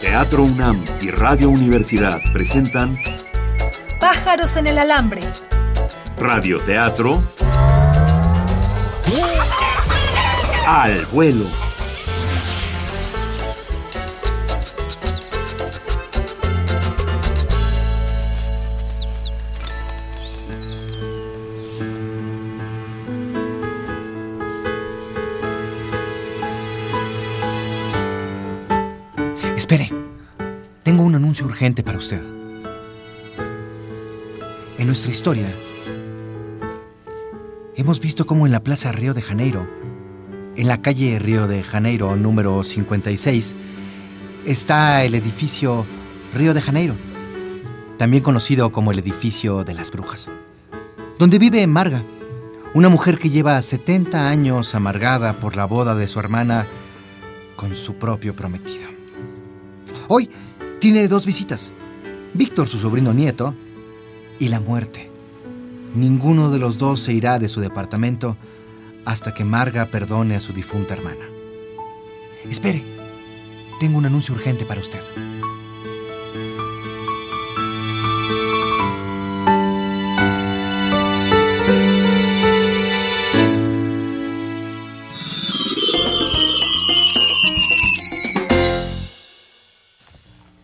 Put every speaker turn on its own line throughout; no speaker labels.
Teatro UNAM y Radio Universidad presentan
Pájaros en el alambre.
Radioteatro Al vuelo.
Espere, tengo un anuncio urgente para usted. En nuestra historia, hemos visto cómo en la Plaza Río de Janeiro, en la calle Río de Janeiro número 56, está el edificio Río de Janeiro, también conocido como el edificio de las brujas, donde vive Marga, una mujer que lleva 70 años amargada por la boda de su hermana con su propio prometido. Hoy tiene dos visitas. Víctor, su sobrino nieto, y la muerte. Ninguno de los dos se irá de su departamento hasta que Marga perdone a su difunta hermana. Espere, tengo un anuncio urgente para usted.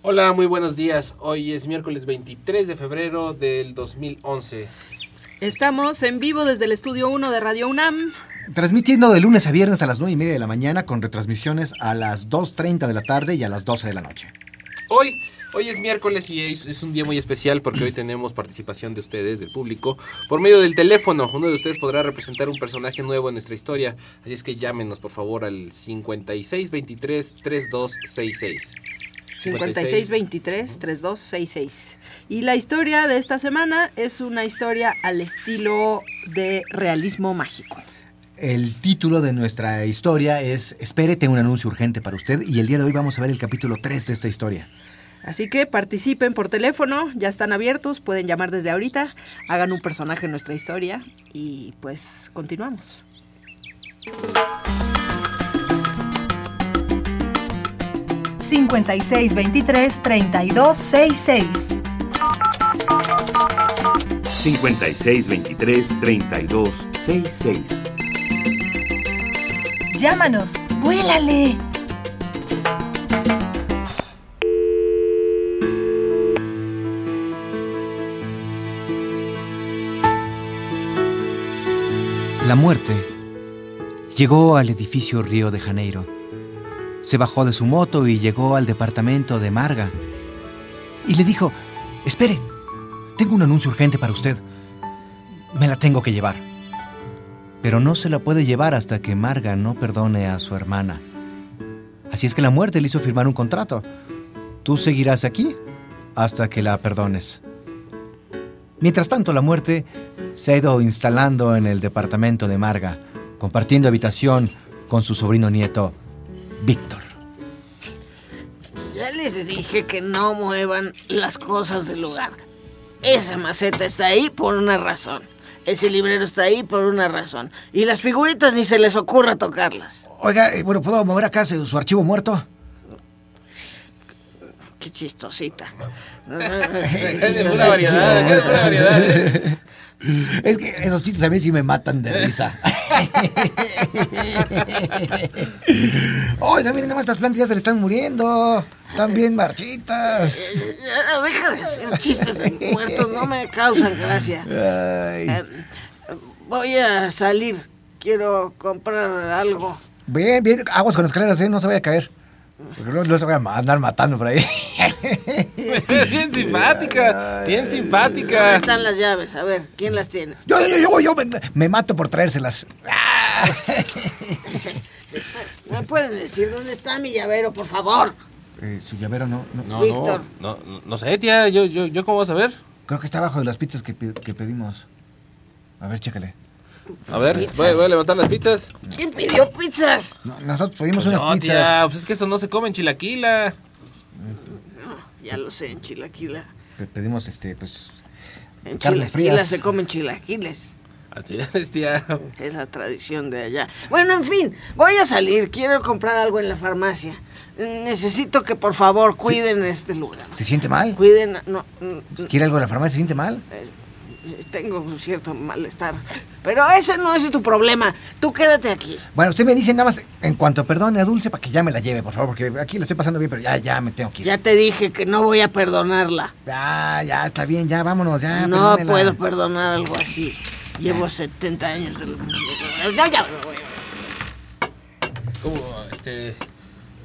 Hola, muy buenos días. Hoy es miércoles 23 de febrero del 2011.
Estamos en vivo desde el estudio 1 de Radio UNAM.
Transmitiendo de lunes a viernes a las 9 y media de la mañana con retransmisiones a las 2.30 de la tarde y a las 12 de la noche.
Hoy, hoy es miércoles y es, es un día muy especial porque hoy tenemos participación de ustedes, del público, por medio del teléfono. Uno de ustedes podrá representar un personaje nuevo en nuestra historia. Así es que llámenos, por favor, al 5623-3266.
5623-3266. Y la historia de esta semana es una historia al estilo de realismo mágico.
El título de nuestra historia es Espere, tengo un anuncio urgente para usted y el día de hoy vamos a ver el capítulo 3 de esta historia.
Así que participen por teléfono, ya están abiertos, pueden llamar desde ahorita, hagan un personaje en nuestra historia y pues continuamos.
seis.
5623-3266.
Llámanos, vuélale.
La muerte llegó al edificio Río de Janeiro. Se bajó de su moto y llegó al departamento de Marga. Y le dijo, espere, tengo un anuncio urgente para usted. Me la tengo que llevar. Pero no se la puede llevar hasta que Marga no perdone a su hermana. Así es que la muerte le hizo firmar un contrato. Tú seguirás aquí hasta que la perdones. Mientras tanto, la muerte se ha ido instalando en el departamento de Marga, compartiendo habitación con su sobrino nieto, Víctor.
Ya les dije que no muevan las cosas del lugar. Esa maceta está ahí por una razón. Ese librero está ahí por una razón. Y las figuritas ni se les ocurra tocarlas.
Oiga, eh, bueno, ¿puedo mover acá su, su archivo muerto?
Qué chistosita. eh,
Eres una variedad, eres una variedad.
Es que esos chistes a mí sí me matan de risa. Oiga, miren, nada más estas plantas ya se le están muriendo. Están bien marchitas.
Ya, Deja de hacer chistes de muertos, no me causan gracia.
Ay.
Eh, Voy a salir. Quiero comprar algo.
Bien, bien, aguas con las escaleras, ¿eh? No se vaya a caer. Porque no, no se vaya a andar matando por ahí.
bien simpática, bien
¿Dónde
simpática.
están las llaves? A ver, ¿quién las tiene?
Yo, yo, yo, yo, yo me, me mato por traérselas. Ah.
¿Me pueden decir dónde está mi llavero, por favor?
Eh, su llavero no, no-
No,
Víctor.
no, no, no, no sé, tía, yo, yo, yo cómo vas a ver.
Creo que está abajo de las pizzas que, pi- que pedimos. A ver, chécale.
A ver, voy, voy a levantar las pizzas.
¿Quién pidió pizzas?
No, nosotros pedimos unas
No,
pizzas.
tía, pues es que esto no se come en chilaquila.
No, ya lo sé, en Chilaquila.
Pe- Pedimos, este, pues...
En
Carnes
Chilaquila
frías.
se comen chilaquiles.
Así es, tía.
Es la tradición de allá. Bueno, en fin, voy a salir. Quiero comprar algo en la farmacia. Necesito que por favor cuiden este lugar.
¿Se siente mal?
Cuiden, no, mm,
¿Quiere algo de la farmacia? ¿Se siente mal?
Eh, tengo un cierto malestar. Pero ese no es tu problema. Tú quédate aquí.
Bueno, usted me dice nada más en cuanto perdone a Dulce para que ya me la lleve, por favor, porque aquí lo estoy pasando bien, pero ya, ya me tengo que ir.
Ya te dije que no voy a perdonarla.
Ya, ya, está bien, ya, vámonos, ya.
No
perdónela.
puedo perdonar algo así. Llevo 70 años de la- Ya, ya, me voy.
¿Cómo, este,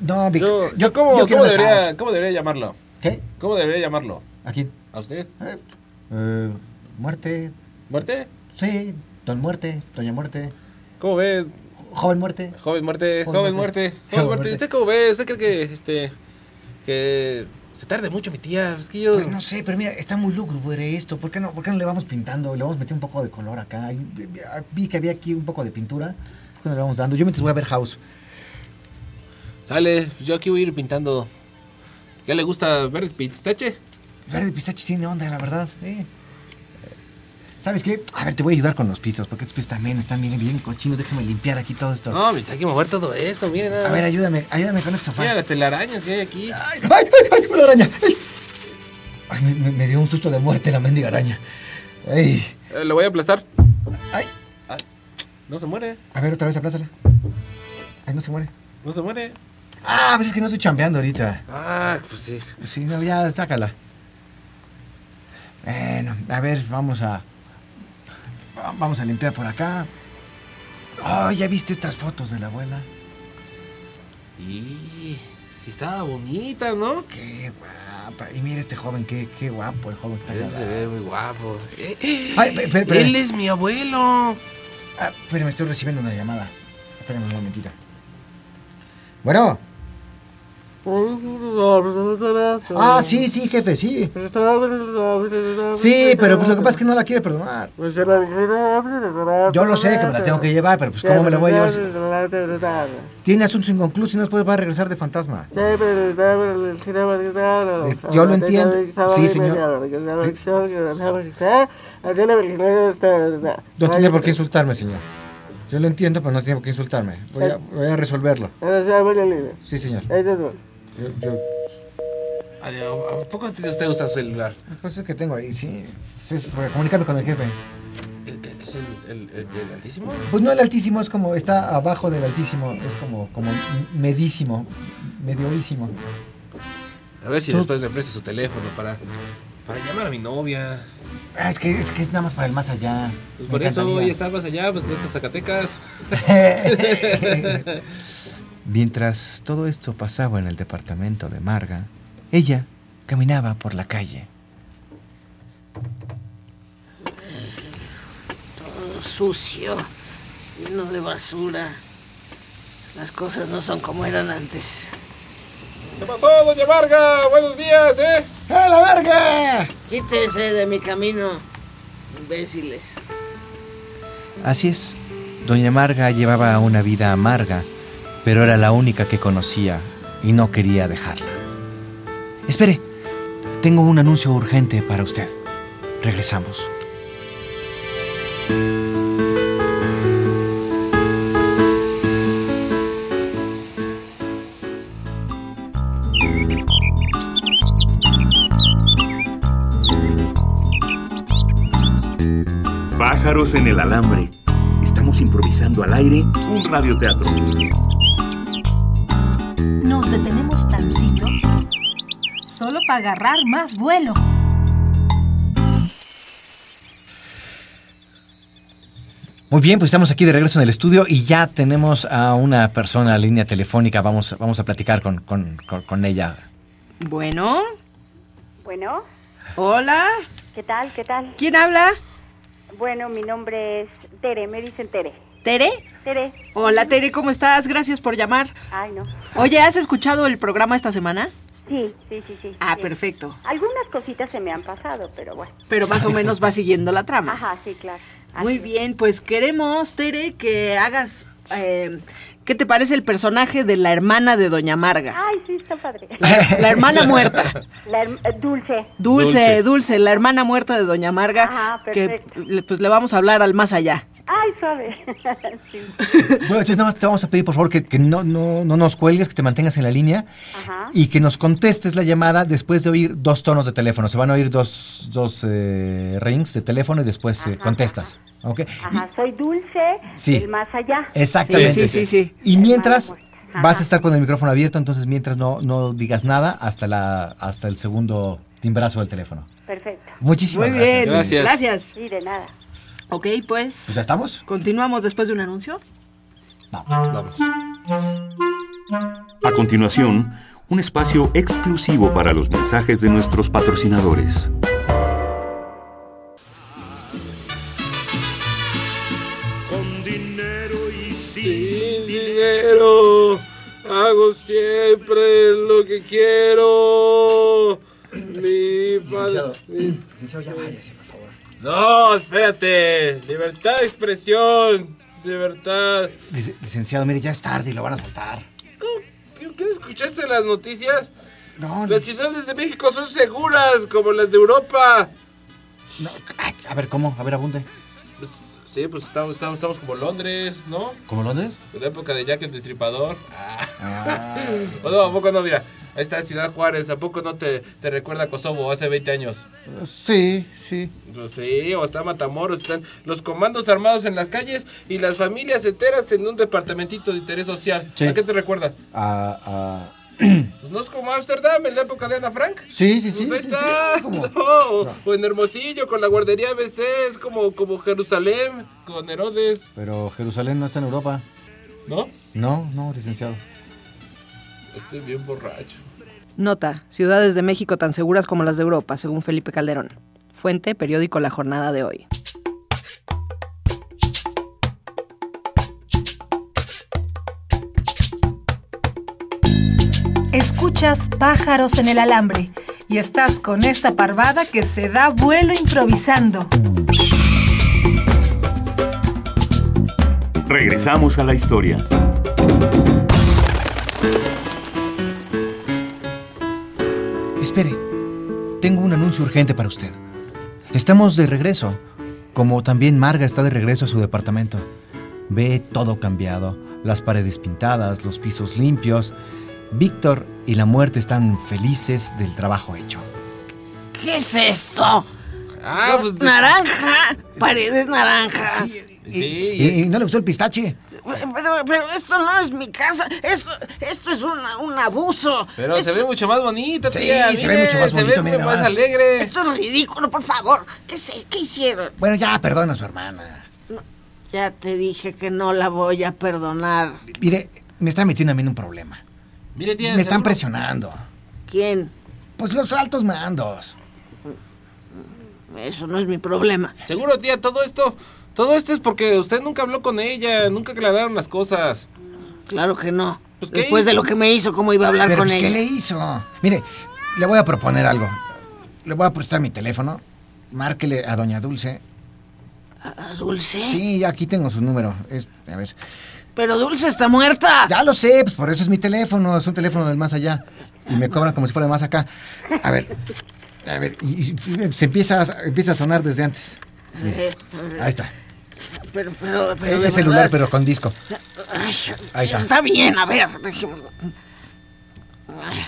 No, Vic,
yo,
yo,
yo cómo,
yo quiero
cómo
dejar-
debería, ¿Cómo debería llamarlo?
¿Qué?
¿Cómo debería llamarlo?
¿A quién?
¿A usted?
Eh, eh, muerte,
¿Muerte?
sí, don muerte, doña muerte,
¿Cómo ve?
joven muerte.
Joven muerte,
Joven
joven
muerte.
muerte,
Joven
joven muerte.
muerte.
¿Usted cómo ve? ¿Usted cree que este que se tarde mucho mi tía? Es que yo
Pues no sé, pero mira, está muy lúgubre esto. ¿Por qué no, por qué no le vamos pintando? Le vamos a meter un poco de color acá. Vi que había aquí un poco de pintura. ¿Por qué no le vamos dando? Yo mientras voy a ver House.
Sale, pues yo aquí voy a ir pintando. ¿Qué le gusta ver pistache?
Verde pistache tiene onda, la verdad. eh. ¿Sabes qué? A ver, te voy a ayudar con los pisos, porque estos pisos también están bien, bien cochinos. Déjame limpiar aquí todo esto.
No, pues hay que mover todo esto, miren nada.
A ver, Ah.
más.
ayúdame, ayúdame con este sofá.
Mira las telarañas que hay aquí.
¡Ay, ay, ay! ¡Una araña! ¡Ay! Ay, me, me- me dio un susto de muerte la mendiga araña. ¡Ay!
Eh, lo voy a aplastar. Ah.
¡Ay!
No se muere,
A ver, otra vez, aplázala. ¡Ay, no se muere!
no se muere.
Ah, pues es que no estoy chambeando ahorita.
Ah, pues sí.
Sí, no, ya, sácala. Bueno, a ver, vamos a. va- Vamos a limpiar por acá. Oh, ¿ya viste estas fotos de la abuela?
Y sí estaba bonita, ¿no?
Qué guapa. Y mira este joven, qué, qué guapo el joven que está
Él se
acá.
ve muy guapo. Eh, eh,
Ay, pe- pe- pe-
Él es mi abuelo.
Ah, espérame, estoy recibiendo una llamada. Espérame un momentito. Bueno. Ah, sí, sí, jefe, sí. Sí, pero pues lo que pasa es que no la quiere perdonar. Yo lo sé que me la tengo que llevar, pero pues ¿cómo me la voy a llevar? si- Tiene asuntos inconclusos y no puede va a regresar de fantasma.
Yo lo entiendo. Sí, señor.
No tiene por qué insultarme, señor. Yo lo entiendo, pero no tiene por qué insultarme. Voy a, voy a resolverlo. Sí, señor. Yo- yo-
Adiós. ¿A poco te- usted usa celular?
pues es que tengo ahí, sí. Sí, es para comunicarme con el jefe.
¿E- e- ¿Es el, el- el- el altísimo?
Pues no el altísimo, es como, está abajo del altísimo, es como, como medísimo, medioísimo.
A ver si
Tú-
después me presta su teléfono para, para llamar a mi novia.
Ah, es que, es que es nada más para el más allá.
Pues
Me
por eso
encantaría.
hoy estabas allá, pues estás en Zacatecas.
Mientras todo esto pasaba en el departamento de Marga, ella caminaba por la calle.
Todo sucio, lleno de basura. Las cosas no son como eran antes.
¿Qué pasó, doña Varga? Buenos días, ¿eh?
¡A la verga!
Quítense de mi camino, imbéciles.
Así es. Doña Marga llevaba una vida amarga, pero era la única que conocía y no quería dejarla. Espere, tengo un anuncio urgente para usted. Regresamos.
Pájaros en el alambre. Estamos improvisando al aire un radioteatro.
Nos detenemos tantito. Solo para agarrar más vuelo.
Muy bien, pues estamos aquí de regreso en el estudio y ya tenemos a una persona en línea telefónica. Vamos, vamos a platicar con, con- con- con ella.
Bueno,
Bueno,
hola.
¿qué tal? ¿Qué tal?
¿Quién habla?
Bueno, mi nombre es Tere, me dicen Tere.
¿Tere?
Tere.
Hola, Tere, ¿cómo estás? Gracias por llamar.
Ay, no.
Oye, ¿has escuchado el programa esta semana?
Sí, sí, sí, sí.
Ah,
sí.
perfecto.
Algunas cositas se me han pasado, pero bueno.
Pero más o menos va siguiendo la
Ah.
trama.
Ajá, sí, claro. Ah, Así
Muy
es.
bien, pues queremos, Tere, que hagas... eh, ¿Qué te parece el personaje de la hermana de Doña Marga?
Ay, sí, está padre.
La hermana muerta.
La herm- eh, dulce.
Dulce,
Dulce.
dulce, la hermana muerta de Doña Marga,
Ajá,
que
Ah, perfecto.
le- pues le vamos a hablar al más allá.
Ay, suave. Sí.
Bueno, entonces nada más te vamos a pedir, por favor, que, que no, no, no nos cuelgues, que te mantengas en la línea
Ajá.
y que nos contestes la llamada después de oír dos tonos de teléfono. Se van a oír dos, dos eh, rings de teléfono y después eh,
Ajá,
contestas. ¿Ok?
Ajá, soy dulce,
Sí.
el más allá.
Exactamente.
Sí, sí, sí, sí.
Y mientras
Ajá.
vas a estar con el micrófono abierto, entonces mientras no, no digas nada hasta, la, hasta el segundo timbrazo del teléfono.
Perfecto.
Muchísimas
Muy bien.
gracias.
Gracias.
Gracias.
Sí, de nada.
Ok,
Pues
pues.
ya estamos.
Continuamos después de un anuncio.
Vamos.
Vamos.
A continuación, un espacio exclusivo para los mensajes de nuestros patrocinadores.
Sin dinero hago siempre lo que quiero. Mi padre. mi- No, espérate. Libertad de expresión. Libertad.
Lic- Licenciado, mire, ya es tarde y lo van a soltar.
¿Qué, qué escuchaste las noticias?
No, no,
Las ciudades de México son seguras como las de Europa.
no. Ay, a ver, ¿cómo? A ver, abunde.
Sí, pues estamos, estamos, estamos como Londres, ¿no?
¿Cómo Londres?
En la época de Jack el Destripador. Ah.
Ah,
O no, ¿a poco no? Mira, ahí está Ciudad Juárez. ¿A poco no te, te recuerda a Kosovo hace 20 años?
sí, sí.
Pues sí, o está Matamoros, están los comandos armados en las calles y las familias enteras en un departamentito de interés social.
Sí.
¿A qué te recuerda?
Ah, ah,
Pues no es como Ámsterdam en la época de Ana Frank.
sí, sí, sí.
Pues ahí
sí, sí,
está.
sí, como-
No, o- O en Hermosillo con la guardería ABC, es como, como Jerusalén con Herodes,
Pero Jerusalén no está en Europa.
¿no?
No, no, licenciado.
Estoy bien borracho.
Nota: Ciudades de México tan seguras como las de Europa, según Felipe Calderón. Fuente: Periódico La Jornada de hoy.
Escuchas pájaros en el alambre y estás con esta parvada que se da vuelo improvisando.
Regresamos a la historia.
Espere, tengo un anuncio urgente para usted. Estamos de regreso, como también Marga está de regreso a su departamento. Ve todo cambiado, las paredes pintadas, los pisos limpios. Víctor y la muerte están felices del trabajo hecho.
¿Qué es esto?
Ah, pues.
naranja. Paredes naranjas.
¿Y,
Sí.
y no le gustó el pistache?
Pero, pero esto no es mi casa. Esto, esto es una- un abuso.
Pero se ve mucho más bonita,
Sí,
tía,
se ve mucho más
se ve
bonito, mira
más
nomás.
alegre.
Esto es ridículo, por favor. ¿Qué, se- qué hicieron?
Bueno, ya, perdona a su hermana.
Ya te dije que no la voy a perdonar.
Mire, me está metiendo a mí en un problema.
Mire, tía,
Me están
seguro-
presionando.
¿Quién?
Pues los altos mandos.
Eso no es mi problema.
Seguro, tía, todo esto, todo esto es porque usted nunca habló con ella, nunca aclararon las cosas.
Claro que no.
Pues, ¿qué
Después de
hizo?
lo que me hizo, ¿cómo iba a hablar
Pero
con
pues,
ella?
¿qué le hizo? Mire, le voy a proponer algo. Le voy a prestar mi teléfono. Márquele a Doña Dulce.
¿A- a Ah, Dulce?
Sí, aquí tengo su número. Es, a ver.
Pero Dulce está muerta.
Ya lo sé, pues por eso es mi teléfono. Es un teléfono del más allá. Y me cobran como si fuera de más acá. A ver. A ver, y, y se empieza a, empieza a sonar desde antes.
Eh,
Ahí está.
Pero, pero, pero
es
de
celular,
verdad.
pero con disco.
Ay,
Ahí está.
Está bien, a ver, dejémoslo. Ay.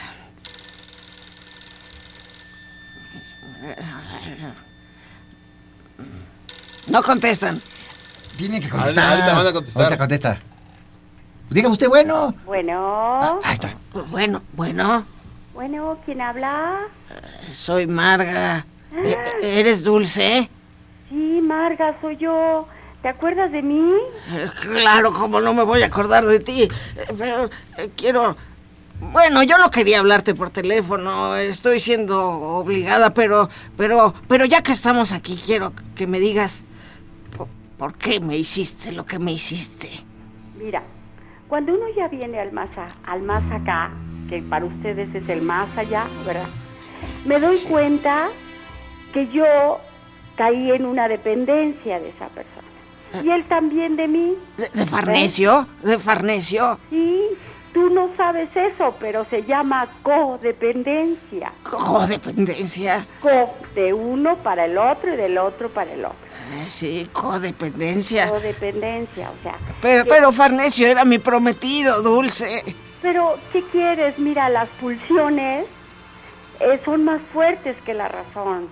No contestan.
Tiene que contestar.
ahorita van a contestar.
Ahorita contesta. Diga usted, bueno. Ah,
Bueno,
ahí está.
Bueno, bueno,
bueno, ¿quién habla?
soy Marga. E- e- ¿Eres dulce?
Sí, Marga, soy yo. ¿Te acuerdas de mí?
Eh, Claro, como no me voy a acordar de ti. Eh, Pero eh, quiero... Bueno, yo no quería hablarte por teléfono, estoy siendo obligada, pero, pero, pero ya que estamos aquí, quiero que me digas po- por, qué me hiciste lo que me hiciste.
Mira, cuando uno ya viene al más, a- al más acá, que para ustedes es el más allá, ¿verdad? Me doy cuenta que yo caí en una dependencia de esa persona. Y él también de mí.
¿De, de Farnesio? ¿De Farnesio?
Sí, tú no sabes eso, pero se llama codependencia.
Codependencia.
Co de uno para el otro y del otro para el otro.
Ay, Eh, sí, codependencia.
Codependencia, o sea.
Pero,
que-
pero Farnesio era mi prometido, dulce.
Pero, ¿qué quieres? Mira, las pulsiones eh, son más fuertes que la razón,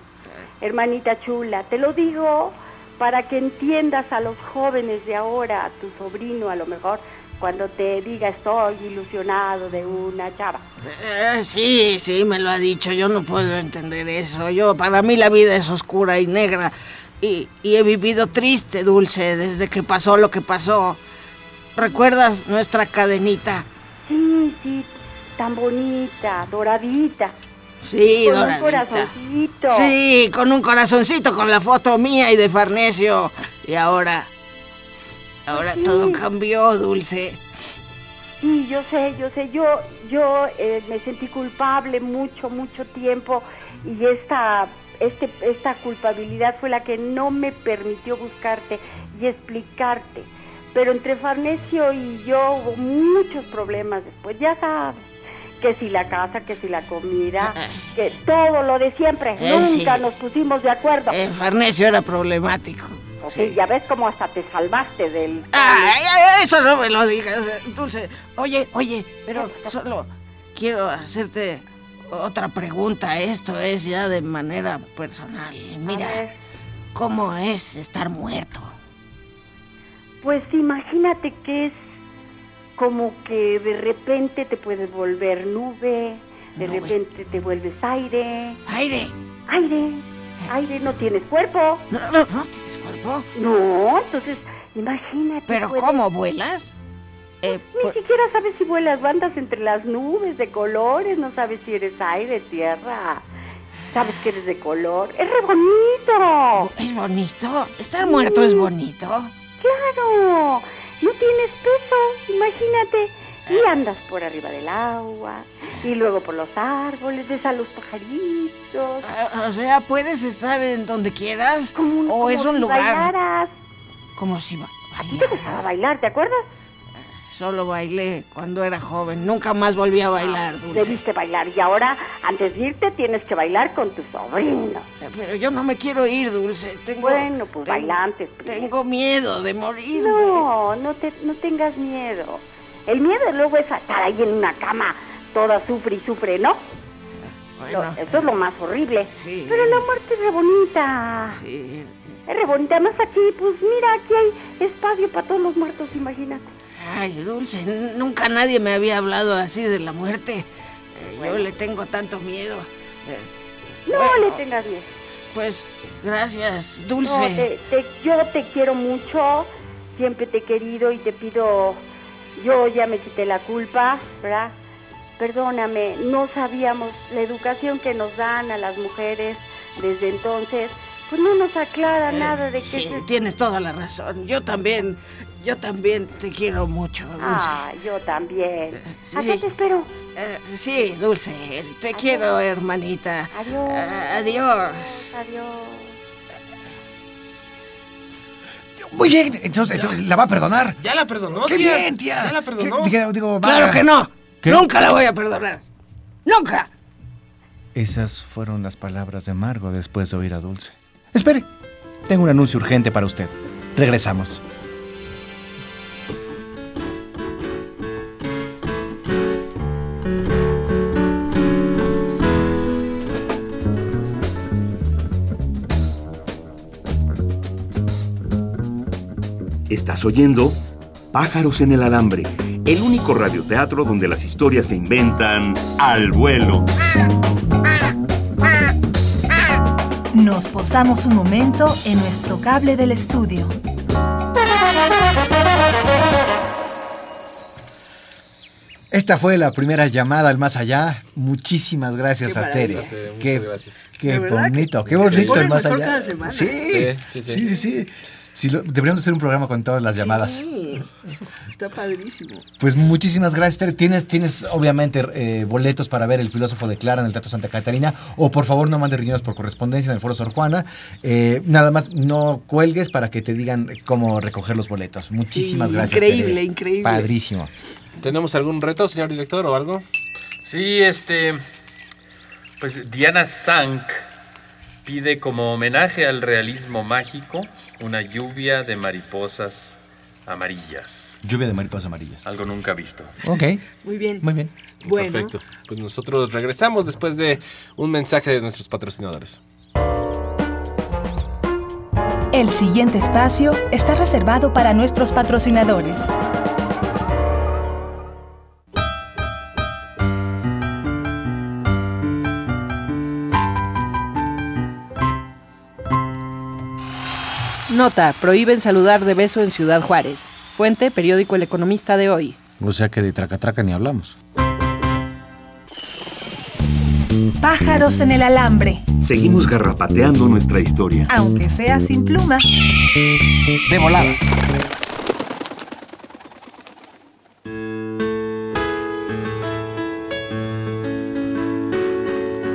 hermanita chula. Te lo digo para que entiendas a los jóvenes de ahora, a tu sobrino a lo mejor, cuando te diga estoy ilusionado de una chava.
Eh, sí, sí, me lo ha dicho. Yo no puedo entender eso. Yo, para mí la vida es oscura y negra. Y, y he vivido triste, Dulce, desde que pasó lo que pasó. ¿Recuerdas nuestra cadenita?
Sí, sí, tan bonita, doradita.
Sí,
con un
Doradita.
corazoncito.
Sí, con un corazoncito, con la foto mía y de Farnesio. Y ahora... Ahora todo cambió, Dulce.
Sí, yo sé, yo sé, yo, yo eh, me sentí culpable mucho, mucho tiempo y esta, este, esta culpabilidad fue la que no me permitió buscarte y explicarte. Pero entre Farnesio y yo hubo muchos problemas después, ya sabes, que si la casa, que si la comida, que todo lo de siempre,
Eh, sí.
nunca nos pusimos de acuerdo.
Eh, Farnesio era problemático.
Ok, Ya ves cómo hasta te salvaste del...
Ay, ay, eso no me lo digas, Dulce. Oye, oye, pero solo quiero hacerte otra pregunta. Esto es ya de manera personal.
A ver.
Mira, ¿cómo es estar muerto?
Pues imagínate que es como que de repente te puedes volver nube, de
Nube.
repente te vuelves aire,
Aire,
aire, aire, no tienes cuerpo.
no, no, no tienes cuerpo.
No, entonces imagínate.
¿Pero
puedes-
cómo vuelas? Eh,
Ni
pu-
siquiera sabes si vuelas bandas entre las nubes de colores, no sabes si eres aire, tierra, sabes que eres de color. ¡Es re bonito!
¿Es bonito? ¿Estar muerto es bonito?
¡Claro! No tienes peso, imagínate. Y andas por arriba del agua, y luego por los árboles, ves a los pajaritos.
Ah, O sea, ¿puedes estar en donde quieras?
Como,
¿O Oh, es
como
un
si
lugar
bailaras.
como si... ba-
A ti te gustaba bailar, ¿te acuerdas?
Solo bailé cuando era joven. Nunca más volví a
Ah,
bailar, Dulce.
Debiste bailar, y ahora, antes de irte, tienes que bailar con tu sobrino.
Pero yo no me quiero ir, Dulce. Tengo,
Bueno, pues
tengo-
bailantes primero.
Tengo miedo de morir.
No, no, te, no tengas miedo. El miedo luego es estar ahí en una cama, toda sufre y sufre, ¿no?
Bueno,
Eso es lo más horrible.
Sí.
Pero la muerte es re bonita.
sí.
Es re bonita. Además aquí, pues mira, aquí hay espacio para todos los muertos, imagínate.
Ay, Dulce, n- nunca nadie me había hablado así de la muerte. Eh, Yo le tengo tanto miedo. Eh,
No
Bueno.
le tengas miedo.
Pues, gracias, Dulce.
No, te- te- yo te quiero mucho, siempre te he querido y te pido, yo ya me quité la culpa, ¿verdad? Perdóname, no sabíamos la educación que nos dan a las mujeres desde entonces, pues no nos aclara nada de que...
Eh, Sí,
se-
tienes toda la razón. Yo también, yo también te quiero mucho, Dulce. Eh,
Ah, yo también.
Sí.
Acá te espero.
Eh, sí, Dulce, te quiero, hermanita.
Adiós.
Eh, adiós.
Adiós.
Muy bien, entonces entonces, la va a perdonar.
Ya la perdonó,
¡Qué
tía.
bien, tía!
Ya la perdonó.
¿Qué- digo, digo,
Claro
vaya.
que no.
¿Qué?
Nunca la voy a perdonar. Nunca.
Esas fueron las palabras de Margo después de oír a Dulce. Espere, tengo un anuncio urgente para usted. Regresamos.
Estás oyendo Pájaros en el Alambre, el único radioteatro donde las historias se inventan al vuelo.
Nos posamos un momento en nuestro cable del estudio.
Esta fue la primera llamada al más allá. Muchísimas gracias
Qué
a Tere.
maravilla,
Tere, muchas
Qué,
gracias.
qué
De verdad que
bonito, qué
se
bonito
pone
el más
mejor
allá.
cada semana.
Sí, sí, sí.
Sí, sí, sí.
sí, Sí, lo- deberíamos hacer un programa con todas las llamadas.
Sí, está padrísimo.
Pues muchísimas gracias, Tere. Tienes, tienes obviamente eh, boletos para ver El filósofo de Clara en el Teatro Santa Catarina. O por favor, no mande riñones por correspondencia en el Foro Sor Juana. Eh, nada más, no cuelgues para que te digan cómo recoger los boletos. Muchísimas
Sí,
gracias.
increíble,
Tere.
increíble.
Padrísimo.
¿Tenemos algún reto, señor director, o algo?
Sí, este. Pues Diana Sank
pide como homenaje al realismo mágico una lluvia de mariposas amarillas.
Lluvia de mariposas amarillas.
Algo nunca visto.
Ok,
Muy bien.
muy bien.
Bueno.
Perfecto. Pues nosotros regresamos después de un mensaje de nuestros patrocinadores.
El siguiente espacio está reservado para nuestros patrocinadores.
Nota, prohíben saludar de beso en Ciudad Juárez. Fuente, periódico El Economista de hoy.
O sea que de tracatraca ni hablamos.
Pájaros en el alambre,
Seguimos garrapateando nuestra historia.
aunque sea sin pluma.
De volada.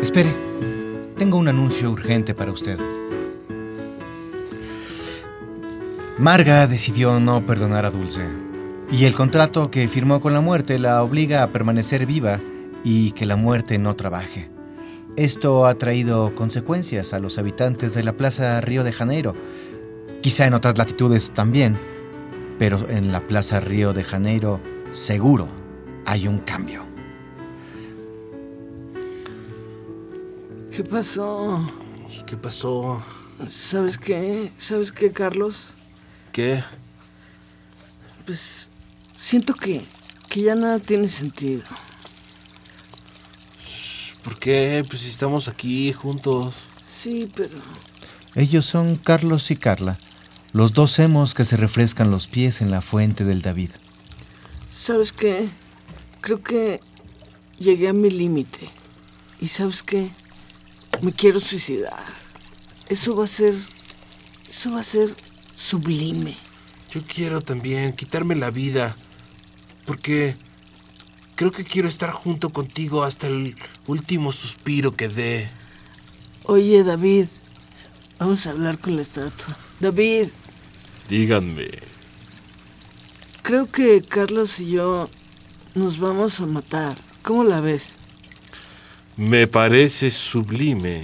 Espere, tengo un anuncio urgente para usted. Marga decidió no perdonar a Dulce. Y el contrato que firmó con la muerte la obliga a permanecer viva y que la muerte no trabaje. Esto ha traído consecuencias a los habitantes de la Plaza Río de Janeiro, quizá en otras latitudes también, pero en la Plaza Río de Janeiro seguro hay un cambio.
¿Qué pasó?
¿Qué pasó?
¿Sabes qué? ¿Sabes qué, Carlos?
¿Qué?
Pues siento que, que ya nada tiene sentido.
¿Por qué? Pues si estamos aquí juntos.
Sí, pero...
Ellos son Carlos y Carla, los dos hemos que se refrescan los pies en la fuente del David.
¿Sabes qué? Creo que llegué a mi límite. ¿Y sabes qué? Me quiero suicidar. Eso va a ser... Eso va a ser sublime.
Yo quiero también quitarme la vida. Porque creo que quiero estar junto contigo hasta el último suspiro que dé.
Oye, David. Vamos a hablar con la estatua. David,
Díganme.
creo que Carlos y yo nos vamos a matar. ¿Cómo la ves?
Me parece sublime.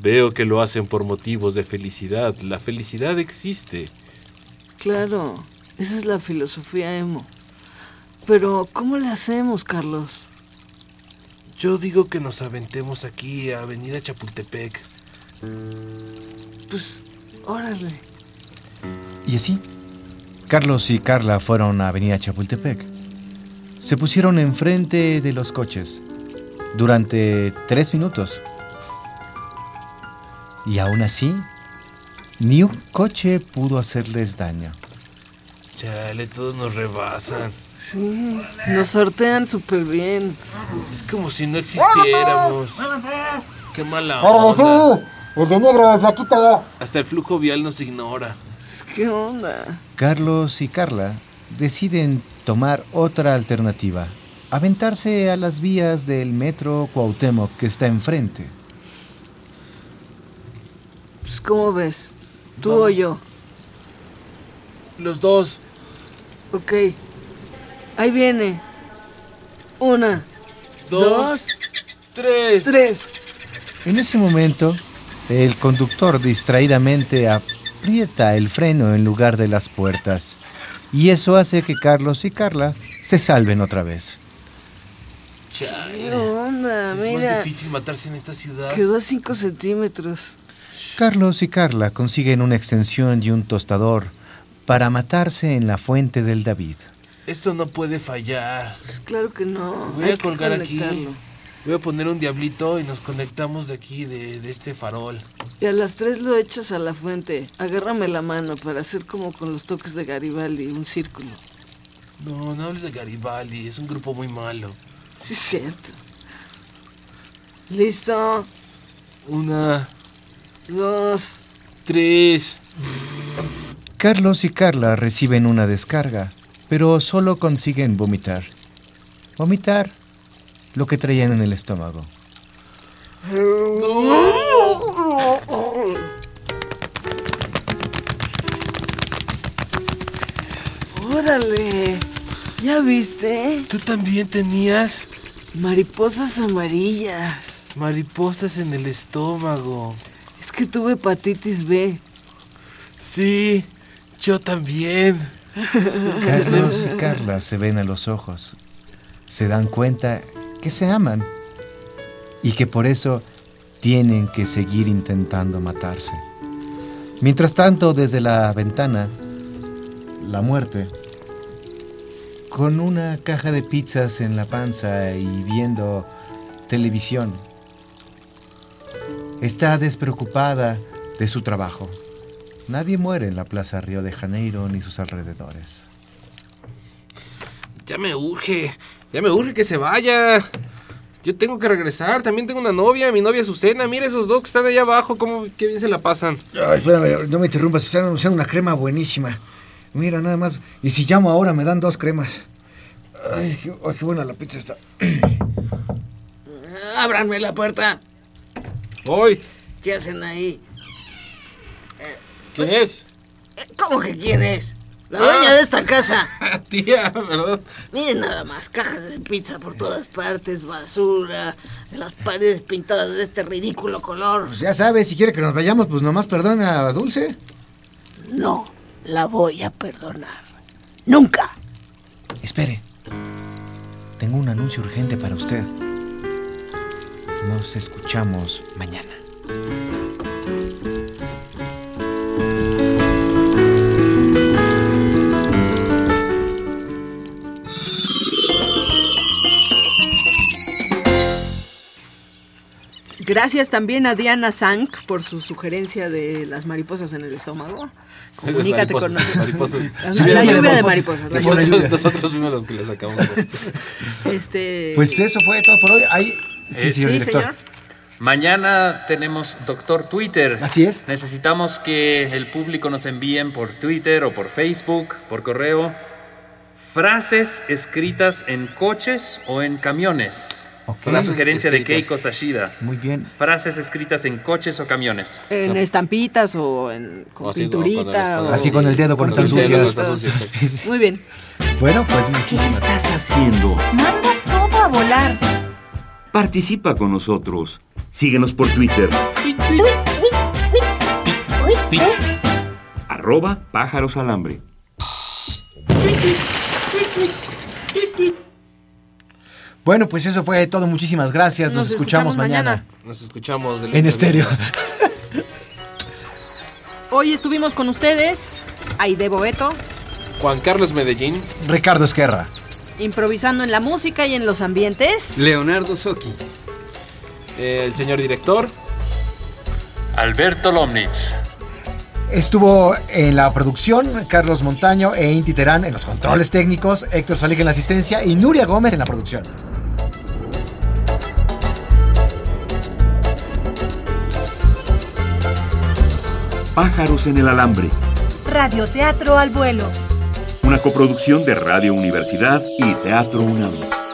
Veo que lo hacen por motivos de felicidad. La felicidad existe.
Claro, esa es la filosofía emo. Pero, ¿cómo le hacemos, Carlos?
Yo digo que nos aventemos aquí a Avenida Chapultepec.
Pues, órale.
Y así, Carlos y Carla fueron a Avenida Chapultepec. Se pusieron enfrente de los coches durante tres minutos. Y aún así, ni un coche pudo hacerles daño.
Chale, todos nos rebasan.
Sí, nos sortean súper bien.
Es como si no existiéramos. Qué mala
¡Órale
onda.
tú! ¡El de negro, flaquito!
Hasta el flujo vial nos ignora.
¿Qué onda?
Carlos y Carla deciden tomar otra alternativa, aventarse a las vías del metro Cuauhtémoc que está enfrente.
Pues, ¿cómo ves? ¿Tú o
Vamos.
yo?
Los dos.
Ok. Ahí viene. Una,
Dos.
Dos.
Tres.
tres.
En ese momento, el conductor distraídamente aprieta el freno en lugar de las puertas. Y eso hace que Carlos y Carla se salven otra vez.
¿Qué
Chale.
Ah,
onda?
eh, Es más
Mira,
difícil matarse en esta ciudad.
quedó a cinco centímetros.
Carlos y Carla consiguen una extensión y un tostador para matarse en la fuente del David.
Esto no puede fallar.
Pues, claro que no.
Voy
hay
a
que
colgar aquí.
conectarlo.
Voy a poner un diablito y nos conectamos de aquí, de, de este farol.
Y a las tres lo echas a la fuente. Agárrame la mano para hacer como con los toques de Garibaldi, un círculo.
No, no hables de Garibaldi, es un grupo muy malo.
Sí, es cierto. Listo.
Una,
Dos.
tres.
Carlos y Carla reciben una descarga, pero solo consiguen vomitar. Vomitar lo que traían en el estómago.
Órale. ¿Ya viste?
¿Tú también tenías
Mariposas amarillas.
mariposas en el estómago?
Es
Es que tuve hepatitis B.
Sí, yo también.
Carlos y Carla se ven a los ojos. Se dan cuenta que se aman y que por eso tienen que seguir intentando matarse. Mientras tanto, desde la ventana, la muerte, con una caja de pizzas en la panza y viendo televisión, está despreocupada de su trabajo. Nadie muere en la Plaza Río de Janeiro ni sus alrededores.
Ya me urge, ya me urge que se vaya. Yo tengo que regresar, también tengo una novia, mi novia Susana. Mira esos dos que están allá abajo, cómo qué bien se la pasan.
Ay, espérame, no me interrumpas, están anunciando una crema buenísima. Mira, nada más. Y si llamo ahora, me dan dos cremas. Ay, qué, ay, qué buena la pizza está.
Ah, Ábranme la puerta.
¡Voy!
¿Qué hacen ahí? Eh,
¿Quién es?
¿Cómo que quién es? La dueña de esta casa.
Ah, Tía, ¿verdad?
Miren nada más, cajas de pizza por todas partes, basura, las paredes pintadas de este ridículo color.
Pues ya sabes, si quiere que nos vayamos, pues nomás perdona a Dulce.
No, la voy a perdonar. Nunca.
Espere. Tengo un anuncio urgente para usted. Nos escuchamos mañana.
Gracias también a Diana Sank por su sugerencia de las mariposas en el estómago. Comunícate con
Las mariposas,
La
mariposas.
lluvia de mariposas, la lluvia de
Nosotros,
mariposas.
nosotros fuimos los que las sacamos.
Este...
Pues eso fue todo por hoy. Ahí. Sí,
Eh,
señor
sí,
director.
señor. Mañana tenemos Doctor Twitter.
Así es.
Necesitamos que el público nos envíen por Twitter o por Facebook, por correo, frases escritas en coches o en camiones. Una sugerencia de Keiko Sashida.
Muy bien.
Frases escritas en coches o camiones.
En estampitas o en con
O así, o con el
pinturita.
espadón.
o-
Así con el dedo, cuando
Con
están
el dedo,
sucias.
cuando están sucias. Muy bien.
Bueno, pues muchísimas
¿Qué estás haciendo?
Manda todo a volar.
Participa con nosotros. Síguenos por Twitter, arroba pájaros alambre.
Bueno, pues eso fue todo. Muchísimas gracias. Nos, escuchamos, mañana.
Nos escuchamos del
En estéreo.
Hoy estuvimos con ustedes, Aide Boeto,
Juan Carlos Medellín.
Ricardo Esquerra.
improvisando en la música y en los ambientes.
Leonardo Soki. Eh, El señor director.
Alberto Lomnitz.
Estuvo en la producción Carlos Montaño e Inti Terán en los controles técnicos, Héctor Solig en la asistencia y Nuria Gómez en la producción.
Pájaros en el alambre.
Radioteatro al vuelo.
Una coproducción de Radio Universidad y Teatro UNAM.